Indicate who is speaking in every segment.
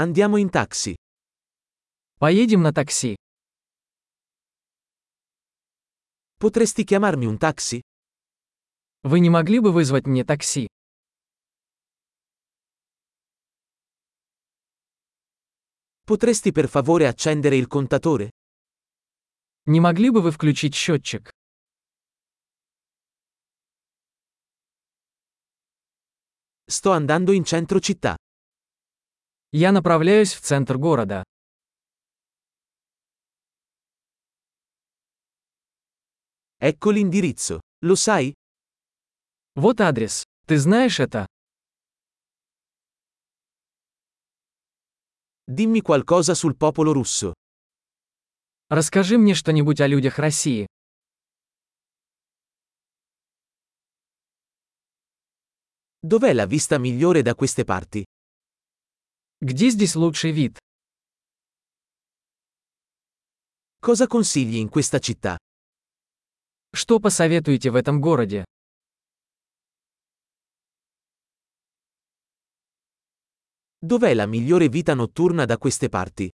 Speaker 1: Andiamo in taxi.
Speaker 2: Поедем на такси.
Speaker 1: Potresti chiamarmi un taxi?
Speaker 2: Вы не могли бы вызвать мне такси?
Speaker 1: Potresti per favore accendere il contatore?
Speaker 2: Не могли бы вы включить счетчик?
Speaker 1: Sto andando in centro città.
Speaker 2: Я направляюсь в центр города.
Speaker 1: Ecco l'indirizzo. Lo sai?
Speaker 2: Вот адрес. Ты знаешь это?
Speaker 1: Dimmi qualcosa sul popolo russo.
Speaker 2: Расскажи мне что-нибудь о людях России.
Speaker 1: Dov'è la vista migliore da queste parti?
Speaker 2: Где здесь лучший вид?
Speaker 1: Cosa consigli in questa città?
Speaker 2: Что посоветуете в этом городе?
Speaker 1: Dov'è la migliore vita notturna da queste parti?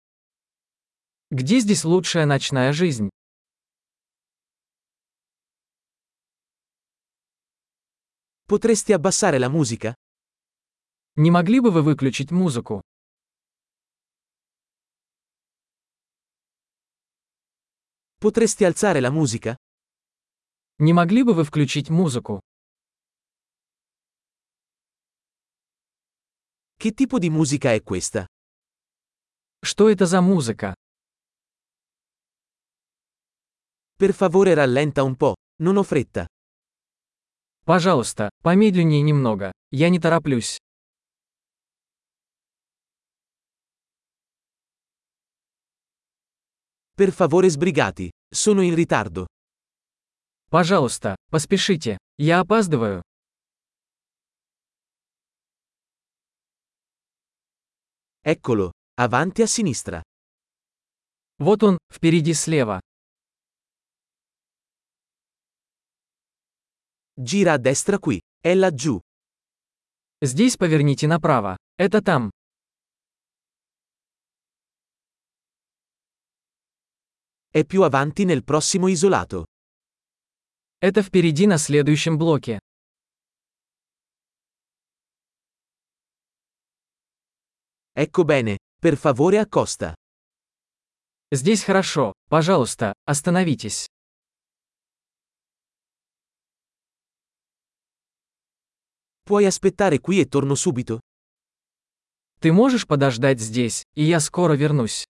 Speaker 2: Где здесь лучшая ночная жизнь?
Speaker 1: Potresti abbassare la musica?
Speaker 2: Не могли бы вы выключить музыку?
Speaker 1: Potresti alzare la musica?
Speaker 2: Не могли бы вы включить музыку?
Speaker 1: Che tipo di musica è questa?
Speaker 2: Что это за музыка?
Speaker 1: Per favore rallenta un po', non ho fretta.
Speaker 2: Пожалуйста, помедленнее немного. Я не тороплюсь.
Speaker 1: Per favore sbrigati, sono in ritardo.
Speaker 2: Пожалуйста, поспешите. Я опаздываю.
Speaker 1: Eccolo, avanti a sinistra.
Speaker 2: Вот он, впереди слева.
Speaker 1: Gira a destra qui, è laggiù.
Speaker 2: Здесь поверните направо. Это там.
Speaker 1: È più avanti nel prossimo isolato.
Speaker 2: Это впереди на следующем блоке.
Speaker 1: Ecco bene, per favore accosta.
Speaker 2: Здесь хорошо. Пожалуйста, остановитесь.
Speaker 1: Puoi aspettare qui e torno subito?
Speaker 2: Ты можешь подождать здесь, и я скоро вернусь.